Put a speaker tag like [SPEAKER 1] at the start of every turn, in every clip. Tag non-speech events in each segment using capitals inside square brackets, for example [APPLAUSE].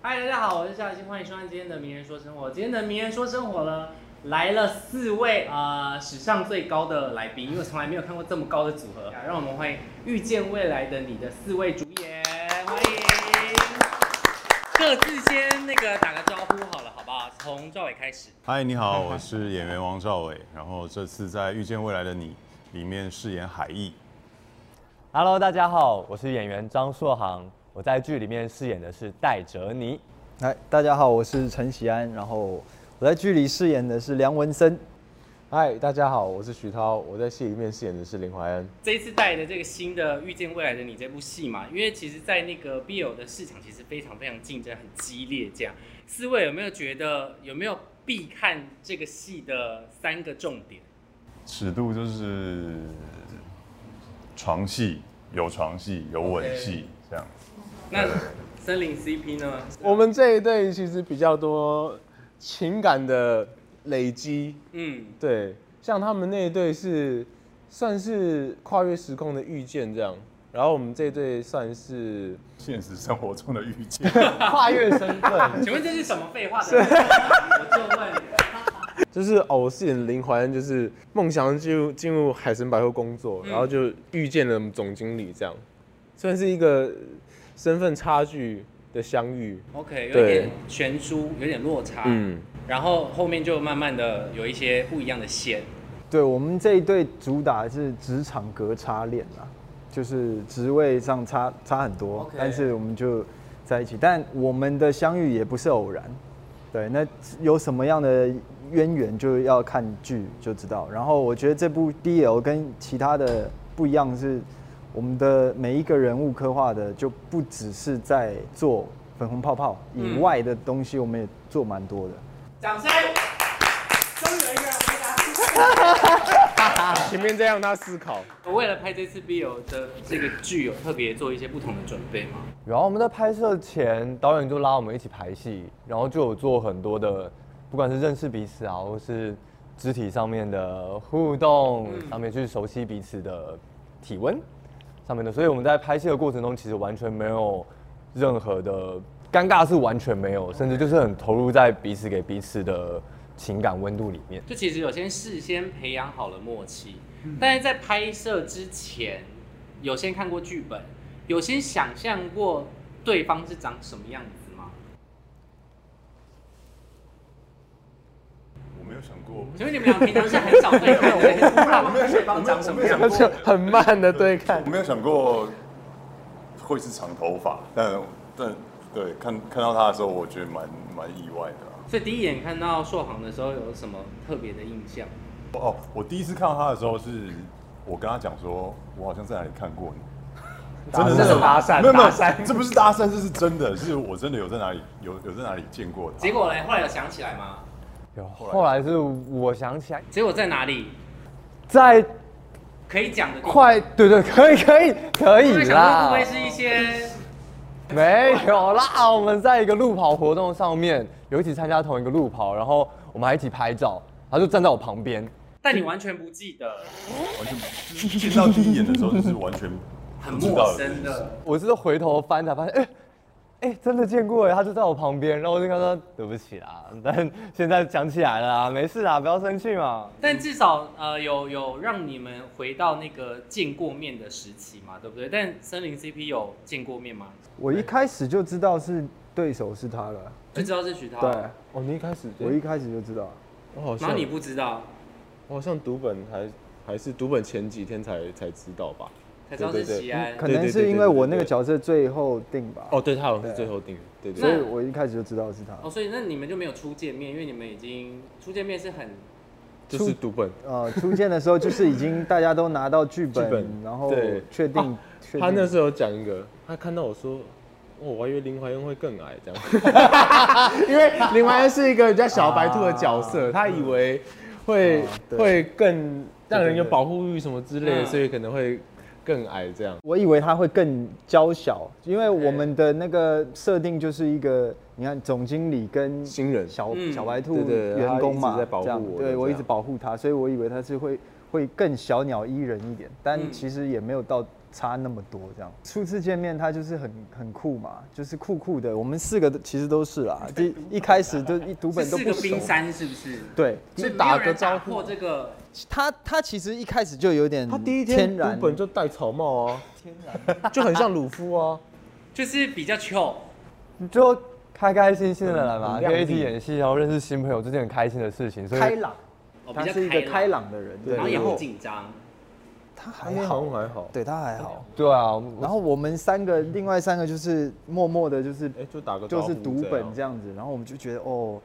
[SPEAKER 1] 嗨，大家好，我是夏雨欣，欢迎收看今天的《名人说生活》。今天的《名人说生活》呢，来了四位呃史上最高的来宾，因为我从来没有看过这么高的组合。让我们欢迎《遇见未来的你》的四位主演，欢迎。各自先那个打个招呼好了，好不好？从赵伟开始。
[SPEAKER 2] 嗨，你好，我是演员王兆伟，然后这次在《遇见未来的你》里面饰演海毅。
[SPEAKER 3] Hello，大家好，我是演员张硕航，我在剧里面饰演的是戴哲妮。
[SPEAKER 4] 嗨，大家好，我是陈喜安，然后我在剧里饰演的是梁文森。
[SPEAKER 5] 嗨，大家好，我是徐涛，我在戏里面饰演的是林怀恩。
[SPEAKER 1] 这一次带的这个新的《遇见未来的你》这部戏嘛，因为其实，在那个 BL 的市场其实非常非常竞争，很激烈。这样，四位有没有觉得有没有必看这个戏的三个重点？
[SPEAKER 2] 尺度就是床戏，有床戏，有吻戏这样。
[SPEAKER 1] 那森林 CP 呢？
[SPEAKER 5] 我们这一对啊其实比较多情感的累积，
[SPEAKER 1] 嗯，
[SPEAKER 5] 对，像他们那一对是算是跨越时空的遇见这样，然后我们这一对算是
[SPEAKER 2] 现实生活中的遇见，
[SPEAKER 5] 跨越身份，
[SPEAKER 1] 请问这是什么废话的？我就问。
[SPEAKER 5] [LAUGHS] 就是哦，我饰演林怀恩，就是梦想进入进入海神百货工作，然后就遇见了总经理这样，算是一个身份差距的相遇，
[SPEAKER 1] OK，有一
[SPEAKER 5] 对
[SPEAKER 1] 点悬殊，有点落差，
[SPEAKER 5] 嗯。
[SPEAKER 1] 然后后面就慢慢的有一些不一样的线。
[SPEAKER 4] 对我们这一对主打是职场隔差恋啦，就是职位上差差很多
[SPEAKER 1] OK
[SPEAKER 4] 但是我们就在一起。但我们的相遇也不是偶然，对，那有什么样的渊源就要看剧就知道。然后我觉得这部 BL 跟其他的不一样是，我们的每一个人物刻画的就不只是在做粉红泡泡以
[SPEAKER 1] 嗯
[SPEAKER 4] 外的东西，我们也做蛮多的。
[SPEAKER 1] 掌声！终于有一个人回答出
[SPEAKER 5] 啊前面再让他思考。
[SPEAKER 1] 我为了拍这次 BL 的这个剧，有特别做一些不同的准备吗？
[SPEAKER 3] 然后我们在拍摄前，导演就拉我们一起排戏，然后就有做很多的，不管是认识彼此啊，或是肢体上面的互动，上面去熟悉彼此的体温上面的。所以我们在拍戏的过程中，其实完全没有任何的尴尬，是完全没有，甚至就是很投入在彼此给彼此的情感温度里面。
[SPEAKER 1] 就其实有些事先培养好了默契，
[SPEAKER 2] 嗯
[SPEAKER 1] 但是在拍摄之前，有先看过剧本，有先想象过对方是长什么样子吗？
[SPEAKER 2] [LAUGHS] 我没有想过，
[SPEAKER 1] 请问你们俩平常是很少对看的，突
[SPEAKER 2] [LAUGHS]
[SPEAKER 1] 然问对方长什么样
[SPEAKER 2] 我
[SPEAKER 1] 子？
[SPEAKER 2] 没有想过
[SPEAKER 5] 很慢的对
[SPEAKER 3] [LAUGHS]
[SPEAKER 5] 看
[SPEAKER 2] 我，没有想过会是长头发，但但对看看到他的时候，我觉得蛮蛮意外的啊、
[SPEAKER 1] 所以第一眼看到硕航的时候，有什么特别的印象？
[SPEAKER 2] 哦，我第一次看到他的时候是，我跟他讲说，我好像在哪里看过你。真的
[SPEAKER 5] 这
[SPEAKER 2] 是
[SPEAKER 5] 是搭讪
[SPEAKER 2] 没有没有
[SPEAKER 5] 搭讪
[SPEAKER 2] 这不是搭讪，这是真的，是我真的有在哪里有有在哪里见过他。
[SPEAKER 1] 结果嘞，后来有想起来吗？
[SPEAKER 3] 有
[SPEAKER 2] 来
[SPEAKER 3] 后来是我想起来，
[SPEAKER 1] 结果在哪里？
[SPEAKER 3] 在
[SPEAKER 1] 可以讲的地方。
[SPEAKER 3] 快，对对，可以可以可
[SPEAKER 1] 我
[SPEAKER 3] 以
[SPEAKER 1] 在想说会
[SPEAKER 3] 啦
[SPEAKER 1] 不，会是一些
[SPEAKER 3] 没有啦，我们在一个路跑活动上面有一起参加同一个路跑，然后我们还一起拍照，他就站在我旁边，
[SPEAKER 1] 但你完全不记得，
[SPEAKER 2] 完全就是见到第一眼的时候，就是完全
[SPEAKER 1] 很
[SPEAKER 2] 不知道
[SPEAKER 1] 陌生的。
[SPEAKER 3] 我是回头翻才发现，哎、哎、真的见过哎，他就在我旁边，然后我就跟他说对不起啦，但现在想起来了啊，没事啦，不要生气嘛。
[SPEAKER 1] 但至少呃有有让你们回到那个见过面的时期嘛，对不对？但森林 CP 有见过面吗？
[SPEAKER 4] 我一开始就知道是对手是他了，
[SPEAKER 1] 就知道是徐涛，
[SPEAKER 4] 对，
[SPEAKER 5] 哦，你一开始
[SPEAKER 4] 我一开始就知道。
[SPEAKER 5] 我好
[SPEAKER 1] 然
[SPEAKER 5] 像
[SPEAKER 1] 后你不知道，
[SPEAKER 5] 我好哦像读本还还是读本前几天才才知道吧？
[SPEAKER 1] 才知道是
[SPEAKER 5] 对对对
[SPEAKER 1] 西安。
[SPEAKER 4] 嗯可能是因为我那个角色最后定吧，
[SPEAKER 5] 哦，对他好像是最后定，对对
[SPEAKER 4] 所以
[SPEAKER 5] 对。
[SPEAKER 4] 我一开始就知道是他。
[SPEAKER 1] 哦，所以那你们就没有初见面，因为你们已经初见面是很
[SPEAKER 5] 就是读本。
[SPEAKER 4] 呃，初见的时候就是已经大家都拿到剧本，
[SPEAKER 5] 剧本
[SPEAKER 4] 然后
[SPEAKER 5] 对
[SPEAKER 4] 确定
[SPEAKER 5] 啊
[SPEAKER 4] 确、
[SPEAKER 5] 他那
[SPEAKER 4] 定。
[SPEAKER 5] 时候有讲一个，他看到我说。哦，我还以为林怀恩会更矮这样， [LAUGHS] 因为林怀恩是一个比较小白兔的角色，他以为会、
[SPEAKER 4] 啊对
[SPEAKER 5] 会更让人有
[SPEAKER 4] 对对对
[SPEAKER 5] 保护欲什么之类的，
[SPEAKER 1] 嗯
[SPEAKER 5] 所以可能会更矮这样。
[SPEAKER 4] 我以为他会更娇小，因为我们的那个设定就是一个，你看总经理跟
[SPEAKER 5] 新人
[SPEAKER 4] 小、
[SPEAKER 1] 嗯
[SPEAKER 4] 小白兔
[SPEAKER 5] 对对对
[SPEAKER 4] 员工嘛，
[SPEAKER 5] 他一直在保护
[SPEAKER 4] 这样
[SPEAKER 5] 我的
[SPEAKER 4] 对我一
[SPEAKER 5] 这
[SPEAKER 4] 直
[SPEAKER 5] 样
[SPEAKER 4] 保护他，所以我以为他是会会更小鸟依人一点，但
[SPEAKER 1] 嗯
[SPEAKER 4] 其实也没有到差那么多这样。初次见面他就是很很酷嘛，就是酷酷的。我们四个都其实都是啦，第一开始就一读本
[SPEAKER 1] 是
[SPEAKER 4] 都
[SPEAKER 1] 四
[SPEAKER 4] 不
[SPEAKER 1] 个
[SPEAKER 4] 熟
[SPEAKER 1] 冰。山是不是？
[SPEAKER 4] 对，
[SPEAKER 1] 所
[SPEAKER 4] 就
[SPEAKER 1] 以没
[SPEAKER 4] 打
[SPEAKER 1] 有
[SPEAKER 4] 个
[SPEAKER 1] 人打
[SPEAKER 4] 招
[SPEAKER 1] 破
[SPEAKER 4] 呼。
[SPEAKER 1] 这个
[SPEAKER 4] 他他其实一开始就有点
[SPEAKER 5] 他第一
[SPEAKER 4] 天
[SPEAKER 5] 天
[SPEAKER 4] 然
[SPEAKER 5] 根本就戴草帽啊，就很像鲁夫啊。
[SPEAKER 1] 就是比较 chill，
[SPEAKER 3] 你就开开心心的来嘛，
[SPEAKER 5] 嗯
[SPEAKER 3] 可以一
[SPEAKER 5] 亮
[SPEAKER 3] 起
[SPEAKER 5] 丽
[SPEAKER 3] 演戏，然后认识新朋友，这是很开心的事情。所以
[SPEAKER 4] 开朗，
[SPEAKER 1] 哦，比
[SPEAKER 4] 他
[SPEAKER 1] 较
[SPEAKER 4] 是一个开
[SPEAKER 1] 开朗，
[SPEAKER 4] 朗的人，
[SPEAKER 5] 对
[SPEAKER 1] 然后也
[SPEAKER 5] 然
[SPEAKER 1] 不
[SPEAKER 5] 后
[SPEAKER 1] 紧张。
[SPEAKER 4] [LAUGHS] 他
[SPEAKER 5] 他
[SPEAKER 4] [LAUGHS] 还
[SPEAKER 5] 那
[SPEAKER 4] 好
[SPEAKER 5] 好像，嗯还好，
[SPEAKER 4] 对他还好。
[SPEAKER 3] 对啊，
[SPEAKER 4] 然后我们三个，另外三个就是默默的，就是
[SPEAKER 5] 哎，就打个
[SPEAKER 4] 就是读本这
[SPEAKER 5] 样。
[SPEAKER 4] 样子，然后我们就觉得哦，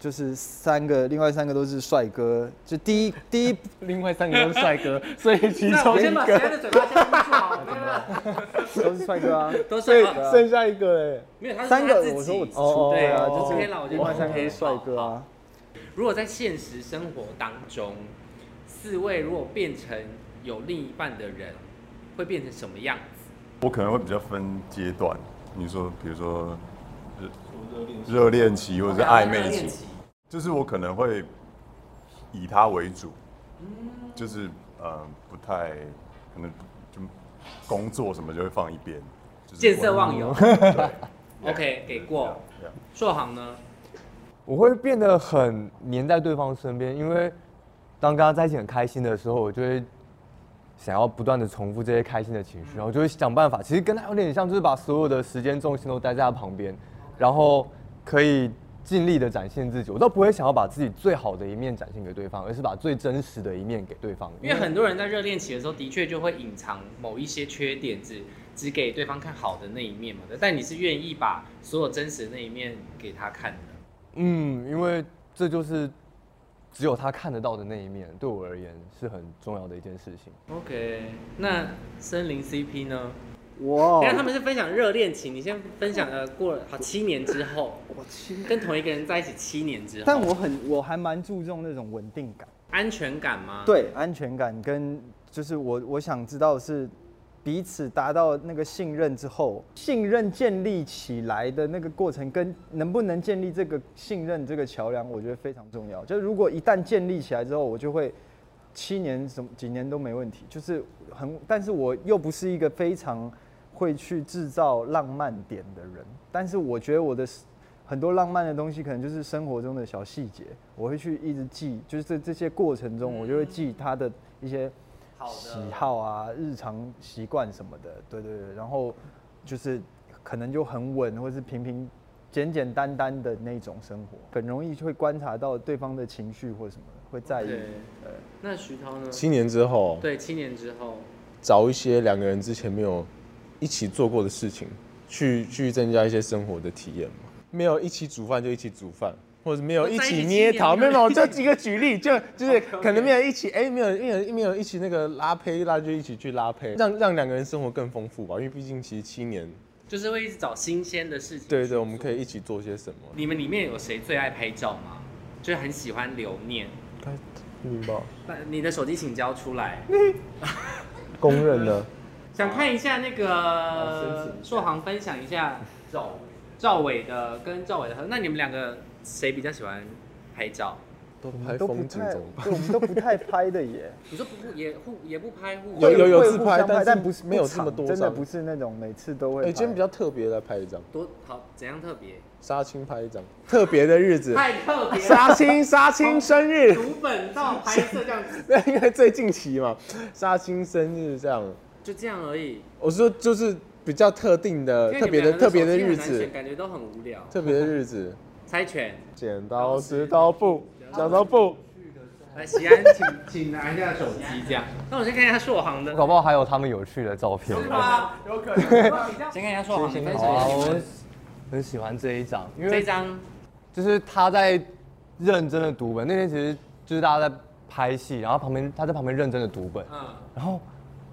[SPEAKER 4] 就是三个，另外三个都是帅哥，就第一第一
[SPEAKER 5] 另外三个都是帅哥，所以其
[SPEAKER 1] 那我
[SPEAKER 5] 中
[SPEAKER 1] 先
[SPEAKER 5] 一
[SPEAKER 1] 把谁
[SPEAKER 5] 个，
[SPEAKER 1] 的嘴巴先捂住好，没有啦，
[SPEAKER 4] 都是帅哥啊，
[SPEAKER 1] 都是 [LAUGHS]
[SPEAKER 5] 所以
[SPEAKER 1] 啊
[SPEAKER 5] 剩下一个哎，
[SPEAKER 1] 没有，他是
[SPEAKER 4] 三个
[SPEAKER 1] 说他
[SPEAKER 4] 我
[SPEAKER 1] 自
[SPEAKER 4] 说我
[SPEAKER 1] 己
[SPEAKER 4] 只
[SPEAKER 5] 哦
[SPEAKER 4] 出对啊，
[SPEAKER 5] 哦
[SPEAKER 4] 就
[SPEAKER 1] 哦 OK 啦我觉得
[SPEAKER 4] 是另外三个都是帅哥
[SPEAKER 1] 好
[SPEAKER 4] 啊，
[SPEAKER 1] 如果在现实生活当中，四位如果变成有另一半的人，会变成什么样子？
[SPEAKER 2] 我可能会比较分阶段，你说，比如说呃热热恋期或者是
[SPEAKER 1] 哦
[SPEAKER 2] 暧昧期，就是我可能会以他为主，
[SPEAKER 1] 嗯
[SPEAKER 2] 就是呃不太可能就工作什么就会放一边，就是
[SPEAKER 1] 见色
[SPEAKER 2] 我
[SPEAKER 1] 忘友。
[SPEAKER 2] 对
[SPEAKER 1] [LAUGHS] OK，给过。
[SPEAKER 2] 这样
[SPEAKER 1] 硕航呢？
[SPEAKER 3] 我会变得很黏在对方身边，因为当跟他在一起很开心的时候，我就会想要不断的重复这些开心的
[SPEAKER 1] 嗯
[SPEAKER 3] 情绪，然后就会想办法。其实跟他有点像，就是把所有的时间重心都待在他旁边，然后可以尽力的展现自己。我倒不会想要把自己最好的一面展现给对方，而是把最真实的一面给对方。
[SPEAKER 1] 因为很多人在热恋期的时候，的确就会隐藏某一些缺点，只只给对方看好的那一面嘛。但你是愿意把所有真实的那一面给他看的。
[SPEAKER 3] 嗯，因为这就是只有他看得到的那一面，对我而言是很重要的一件事情。
[SPEAKER 1] OK，那森林 CP 呢？因
[SPEAKER 4] 哇
[SPEAKER 1] 为他们是分享热恋情，你先分享了过了好七年之后，
[SPEAKER 4] 我亲，
[SPEAKER 1] 跟同一个人在一起七年之后，
[SPEAKER 4] 但我很我还蛮注重那种稳定感，
[SPEAKER 1] 安全感吗？，
[SPEAKER 4] 对安全感跟就是我我想知道的是。彼此达到那个信任之后，信任建立起来的那个过程，跟能不能建立这个信任这个桥梁，我觉得非常重要。就是如果一旦建立起来之后，我就会七年什么几年都没问题，就是很，但是我又不是一个非常会去制造浪漫点的人，但是我觉得我的 s- 很多浪漫的东西，可能就是生活中的小细节，我会去一直记，就是这这些过程中，我就会记他的一些
[SPEAKER 1] 好的
[SPEAKER 4] 喜好啊、日常习惯什么的，对对对，然后就是可能就很稳，或是平平。简简单单的那种生活，很容易会观察到对方的情绪或什么的，会在意。
[SPEAKER 1] 对。那徐涛呢？
[SPEAKER 5] 七年之后，
[SPEAKER 1] 对，七年之后，
[SPEAKER 5] 找一些两个人之前没有一起做过的事情，去去增加一些生活的体验嘛。没有一起煮饭就一起煮饭，或者没有一起捏陶，没有没有，这几个举例， [LAUGHS] 就就是可能没有一起，哎、没有没有没有一起那个拉胚拉就一起去拉胚，让让两个人生活更丰富吧。因为毕竟其实七年，
[SPEAKER 1] 就是会一直找新鲜的事情。
[SPEAKER 5] 对对，我们可以。一起做些什么？
[SPEAKER 1] 你们里面有谁最爱拍照吗？就是很喜欢留念。
[SPEAKER 5] 该明白，
[SPEAKER 1] 那你的手机请交出来，
[SPEAKER 5] 公认的。
[SPEAKER 1] 想看一下那个硕航分享一下 [LAUGHS] 赵赵伟的跟赵伟的合。那你们两个谁比较喜欢拍照？
[SPEAKER 5] 都
[SPEAKER 4] 我
[SPEAKER 5] 拍
[SPEAKER 4] 们都不
[SPEAKER 5] 风景
[SPEAKER 4] 太，
[SPEAKER 5] 怎么办？
[SPEAKER 4] 对，我们都不太拍的耶。
[SPEAKER 1] 你说不互也互也不拍互
[SPEAKER 5] [LAUGHS] 有有有
[SPEAKER 4] 会
[SPEAKER 5] 自
[SPEAKER 4] 互
[SPEAKER 5] 拍
[SPEAKER 4] 相
[SPEAKER 5] 但是
[SPEAKER 4] 但不是
[SPEAKER 5] 没有
[SPEAKER 4] 不
[SPEAKER 5] 这么
[SPEAKER 4] 常
[SPEAKER 5] 多
[SPEAKER 4] 真的
[SPEAKER 5] 张
[SPEAKER 4] 不是那种每次都会
[SPEAKER 5] 哎、
[SPEAKER 4] 拍。
[SPEAKER 5] 今天比较特别来拍一张，
[SPEAKER 1] 多好怎样特别？
[SPEAKER 5] 杀青拍一张，特别的日 [LAUGHS] 子，
[SPEAKER 1] 太特别了，
[SPEAKER 5] 杀青杀青生日。
[SPEAKER 1] 读本照拍摄这样子，
[SPEAKER 5] 那 [LAUGHS] 因为最近期嘛，杀青生日这样，
[SPEAKER 1] [LAUGHS] 就这样而已。
[SPEAKER 5] 我说就是比较特定的、
[SPEAKER 1] 因为
[SPEAKER 5] 特
[SPEAKER 1] 你
[SPEAKER 5] 别
[SPEAKER 1] 们两
[SPEAKER 5] 的、
[SPEAKER 1] 个
[SPEAKER 5] 呃特别的
[SPEAKER 1] 手机很
[SPEAKER 5] 日
[SPEAKER 1] 难
[SPEAKER 5] 子
[SPEAKER 1] 选，感觉都很无聊。
[SPEAKER 5] 特别的日子。
[SPEAKER 1] 猜拳，
[SPEAKER 5] 剪刀石头布，剪刀布，
[SPEAKER 1] 来，喜安，请请拿一下手机，这样。那我先看一下硕航的
[SPEAKER 3] 我，搞不好还有他们有趣的照片。
[SPEAKER 1] 是吗？有可能。 [LAUGHS] 先看一下硕航的分
[SPEAKER 3] 好啊，
[SPEAKER 1] 水
[SPEAKER 3] 我很喜欢这一张，因
[SPEAKER 1] 这
[SPEAKER 3] 为
[SPEAKER 1] 张
[SPEAKER 3] 就是他在认真的读本。那天其实就是大家在拍戏，然后旁边他在旁边认真的读本，
[SPEAKER 1] 嗯，
[SPEAKER 3] 然后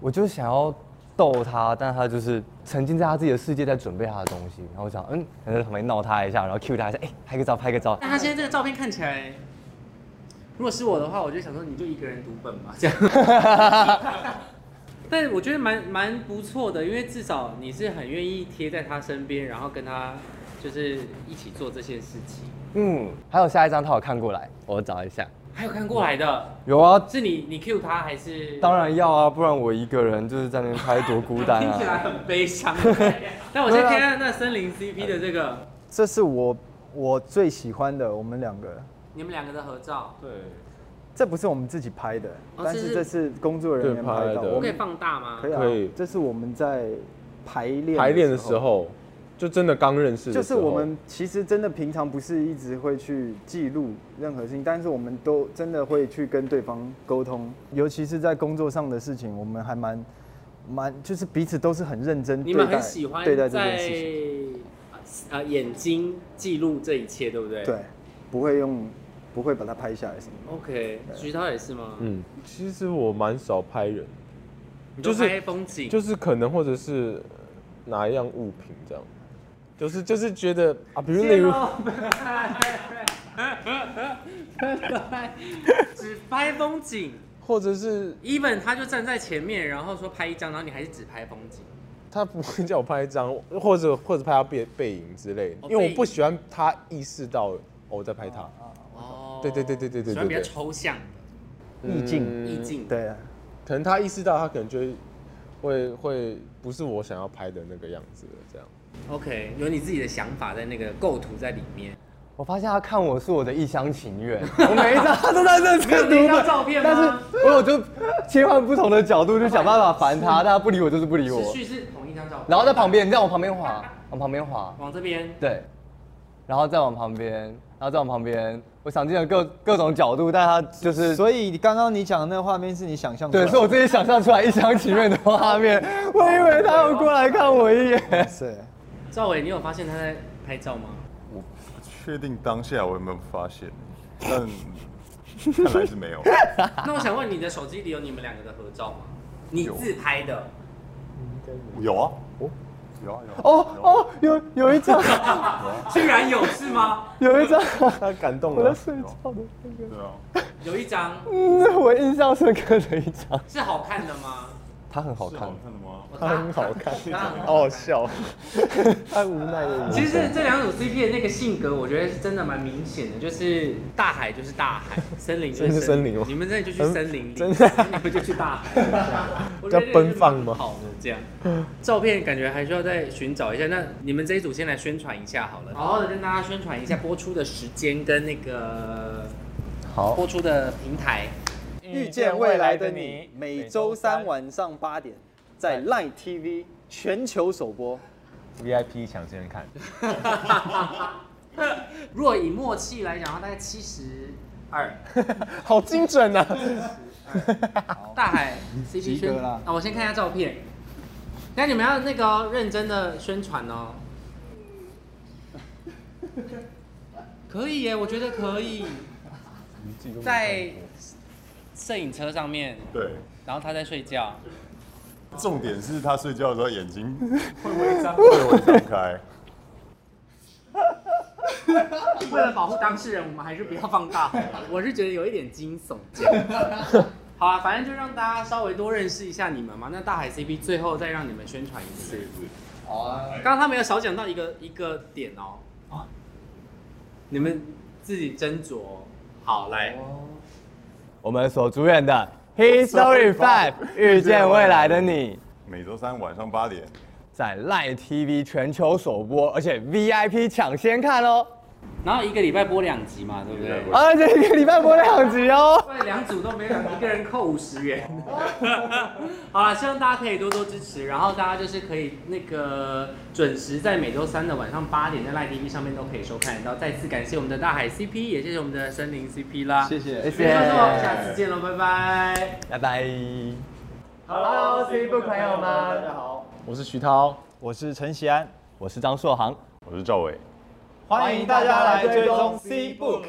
[SPEAKER 3] 我就想要逗他，但他就是沉浸在他自己的世界，在准备他的东西。然后我想，嗯，可能在旁边闹他一下，然后 cue 他一下，哎、拍个照，拍个照。
[SPEAKER 1] 但他现在这个照片看起来，如果是我的话，我就想说你就一个人读本吧，
[SPEAKER 5] [LAUGHS]
[SPEAKER 1] 这样。但我觉得蛮蛮不错的，因为至少你是很愿意贴在他身边，然后跟他就是一起做这些事情。
[SPEAKER 3] 嗯，还有下一张他有看过来，我找一下。
[SPEAKER 1] 还有看过来的，
[SPEAKER 3] 有啊，
[SPEAKER 1] 是你你 Q 他还是？
[SPEAKER 3] 当然要啊，不然我一个人就是在那边拍多孤单
[SPEAKER 1] 听起来
[SPEAKER 3] 啊。
[SPEAKER 1] 很悲伤。但我先看看那森林 CP 的这个，
[SPEAKER 4] 这是我我最喜欢的，我们两个，
[SPEAKER 1] 你们两个的合照，
[SPEAKER 5] 对，
[SPEAKER 4] 这不是我们自己拍的，
[SPEAKER 1] 哦
[SPEAKER 4] 但
[SPEAKER 1] 这
[SPEAKER 4] 是
[SPEAKER 1] 是
[SPEAKER 4] 这是工作人员
[SPEAKER 5] 对拍
[SPEAKER 4] 拍到，
[SPEAKER 5] 的
[SPEAKER 4] 我
[SPEAKER 1] 可以
[SPEAKER 4] 们
[SPEAKER 1] 放大吗？
[SPEAKER 4] 可以
[SPEAKER 5] 可以
[SPEAKER 4] 啊，这是我们在排练
[SPEAKER 5] 排练的时。候就真的刚认识的时
[SPEAKER 4] 就是
[SPEAKER 5] 候，
[SPEAKER 4] 我们其实真的平常不是一直会去记录任何事情，但是我们都真的会去跟对方沟通，尤其是在工作上的事情，我们还蛮蛮就是彼此都是很认真
[SPEAKER 1] 你
[SPEAKER 4] 对待
[SPEAKER 1] 们很喜欢
[SPEAKER 4] 对
[SPEAKER 1] 在
[SPEAKER 4] 待这件事情，
[SPEAKER 1] 呃眼睛记录这一切，对不对？
[SPEAKER 4] 对，不会用不会把它拍下来什么的。
[SPEAKER 1] OK，徐涛也是吗？
[SPEAKER 5] 嗯，其实我蛮少拍人，
[SPEAKER 1] 你就
[SPEAKER 5] 就是
[SPEAKER 1] 拍风景，
[SPEAKER 5] 就是可能或者是拿一样物品这样，就是就是觉得啊，比如例
[SPEAKER 1] 肌
[SPEAKER 5] 如
[SPEAKER 1] 肉 [LAUGHS] 只拍风景
[SPEAKER 5] 或者是
[SPEAKER 1] ，even 他就站在前面，然后说拍一张，然后你还是只拍风景。
[SPEAKER 5] 他不会叫我拍一张， [LAUGHS] 或者或者拍他背背影之类的
[SPEAKER 1] 哦，背
[SPEAKER 5] 因为我
[SPEAKER 1] 影
[SPEAKER 5] 不喜欢他意识到哦我在拍他，
[SPEAKER 1] 哦，
[SPEAKER 5] 对对对对对对对
[SPEAKER 1] 喜欢比较
[SPEAKER 5] 对
[SPEAKER 1] 抽象
[SPEAKER 4] 意境，
[SPEAKER 1] 的
[SPEAKER 5] 嗯
[SPEAKER 1] 意境。
[SPEAKER 4] 对啊，
[SPEAKER 5] 可能他意识到他可能就会会会不是我想要拍的那个样子的这样。
[SPEAKER 1] OK，有你自己的想法在那个构图在里面。
[SPEAKER 3] 我发现他看我是我的一厢情愿，我每一张他都在认
[SPEAKER 1] 没有
[SPEAKER 3] 真
[SPEAKER 1] 那
[SPEAKER 3] 读
[SPEAKER 1] 张
[SPEAKER 3] 本，
[SPEAKER 1] 照啊片
[SPEAKER 3] 但
[SPEAKER 1] 吗？
[SPEAKER 3] 是我就切换不同的角度，就想办法烦他，但他不理我就是不理我
[SPEAKER 1] 持。续是同一张照片，
[SPEAKER 3] 然后在旁边，你再往旁边滑，往旁边滑，
[SPEAKER 1] 往这边，
[SPEAKER 3] 对，然后再往旁边，然后再往旁边，我想尽了各各种角度，但他就是，
[SPEAKER 4] 所以刚刚你讲的那个画面是你想象出来
[SPEAKER 3] 对，
[SPEAKER 4] 的
[SPEAKER 3] 是我自己想象出来一厢情愿的画面，我以为他会过来看我一眼。
[SPEAKER 4] 是
[SPEAKER 1] 赵伟，你有发现他在拍照吗？
[SPEAKER 2] 我不确定当下我有没有发现， [LAUGHS] 但看来是没有。
[SPEAKER 1] 那我想问，你的手机里有你们两个的合照吗？你自拍的，
[SPEAKER 2] 有啊，哦，有啊有啊。
[SPEAKER 3] 哦哦，有有一张，
[SPEAKER 1] 居然有是吗？
[SPEAKER 3] 有一张
[SPEAKER 5] [LAUGHS] 他感动
[SPEAKER 3] 我在
[SPEAKER 5] 了，
[SPEAKER 3] 睡觉的那个，
[SPEAKER 2] 对啊，
[SPEAKER 1] 有一张
[SPEAKER 3] 嗯，我印象深刻的一张，
[SPEAKER 1] 是好看的吗？
[SPEAKER 3] 他很好
[SPEAKER 2] 是
[SPEAKER 3] 看
[SPEAKER 2] 好，看的吗？
[SPEAKER 1] 他很好看，他很好
[SPEAKER 5] 好哦好笑，太无奈了。
[SPEAKER 1] 其实这两组 CP 的那个性格，我觉得是真的蛮明显的，就是大海就是大海，
[SPEAKER 5] [LAUGHS]
[SPEAKER 1] 森林就是
[SPEAKER 5] 真是森林哦
[SPEAKER 1] 你们真的就去森林里，
[SPEAKER 5] 真的
[SPEAKER 1] 你们就去大
[SPEAKER 5] [LAUGHS]
[SPEAKER 1] 海，我觉
[SPEAKER 5] 叫
[SPEAKER 1] 得这个
[SPEAKER 5] 奔放吗
[SPEAKER 1] 蛮好的，这样照片感觉还需要再寻找一下。那你们这一组先来宣传一下好了，好好的跟大家宣传一下播出的时间跟那
[SPEAKER 5] [LAUGHS]
[SPEAKER 1] 个
[SPEAKER 3] 好，
[SPEAKER 1] 播出的平台。 [LAUGHS]
[SPEAKER 4] 遇见未来的你，每周三晚上八点在 Line TV 全球首播。
[SPEAKER 3] VIP 抢先看，
[SPEAKER 1] 若以默契来讲，它大概七十二。
[SPEAKER 5] 好精准啊！
[SPEAKER 1] 大海
[SPEAKER 4] 及
[SPEAKER 1] CP
[SPEAKER 4] 格
[SPEAKER 1] 宣
[SPEAKER 4] 啦
[SPEAKER 1] 啊，我先看一下照片。那你们要那个哦、认真的宣传哦。可以耶，我觉得可以，在摄影车上面，
[SPEAKER 2] 对，
[SPEAKER 1] 然后他在睡觉。
[SPEAKER 2] 重点是他睡觉的时候眼睛会微张，会微张开。
[SPEAKER 1] 为了保护当事人，我们还是不要放大好了。我是觉得有一点惊悚。好啊，反正就让大家稍微多认识一下你们嘛。那大海 CP 最后再让你们宣传一次。
[SPEAKER 3] 好啊。
[SPEAKER 1] 刚刚他们有少讲到一个一个点哦，啊，你们自己斟酌。哦好，来，
[SPEAKER 3] 我们所主演的《History Five》遇见未来的你，
[SPEAKER 2] 每周三晚上八点，
[SPEAKER 3] 在 Line TV 全球首播，而且 VIP 抢先看哦，
[SPEAKER 1] 然后一个礼拜播两集嘛，对不对？
[SPEAKER 3] 而且一个礼拜播两集哦。
[SPEAKER 1] 对，两组都没有，一个人扣五十元。 [LAUGHS] 好了，希望大家可以多多支持，然后大家就是可以那个准时在每周三的晚上八点在 Line TV 上面都可以收看得到。再次感谢我们的大海 CP，也谢谢我们的森林 CP 啦。谢
[SPEAKER 3] 谢
[SPEAKER 1] 谢，观众，下次见喽，拜拜。
[SPEAKER 3] 拜拜。Hello Facebook 朋友们，
[SPEAKER 5] 我是徐涛，
[SPEAKER 4] 我是陈喜安，
[SPEAKER 3] 我是张硕航。
[SPEAKER 2] 我是赵伟。
[SPEAKER 4] 欢迎大家来追踪 C Book。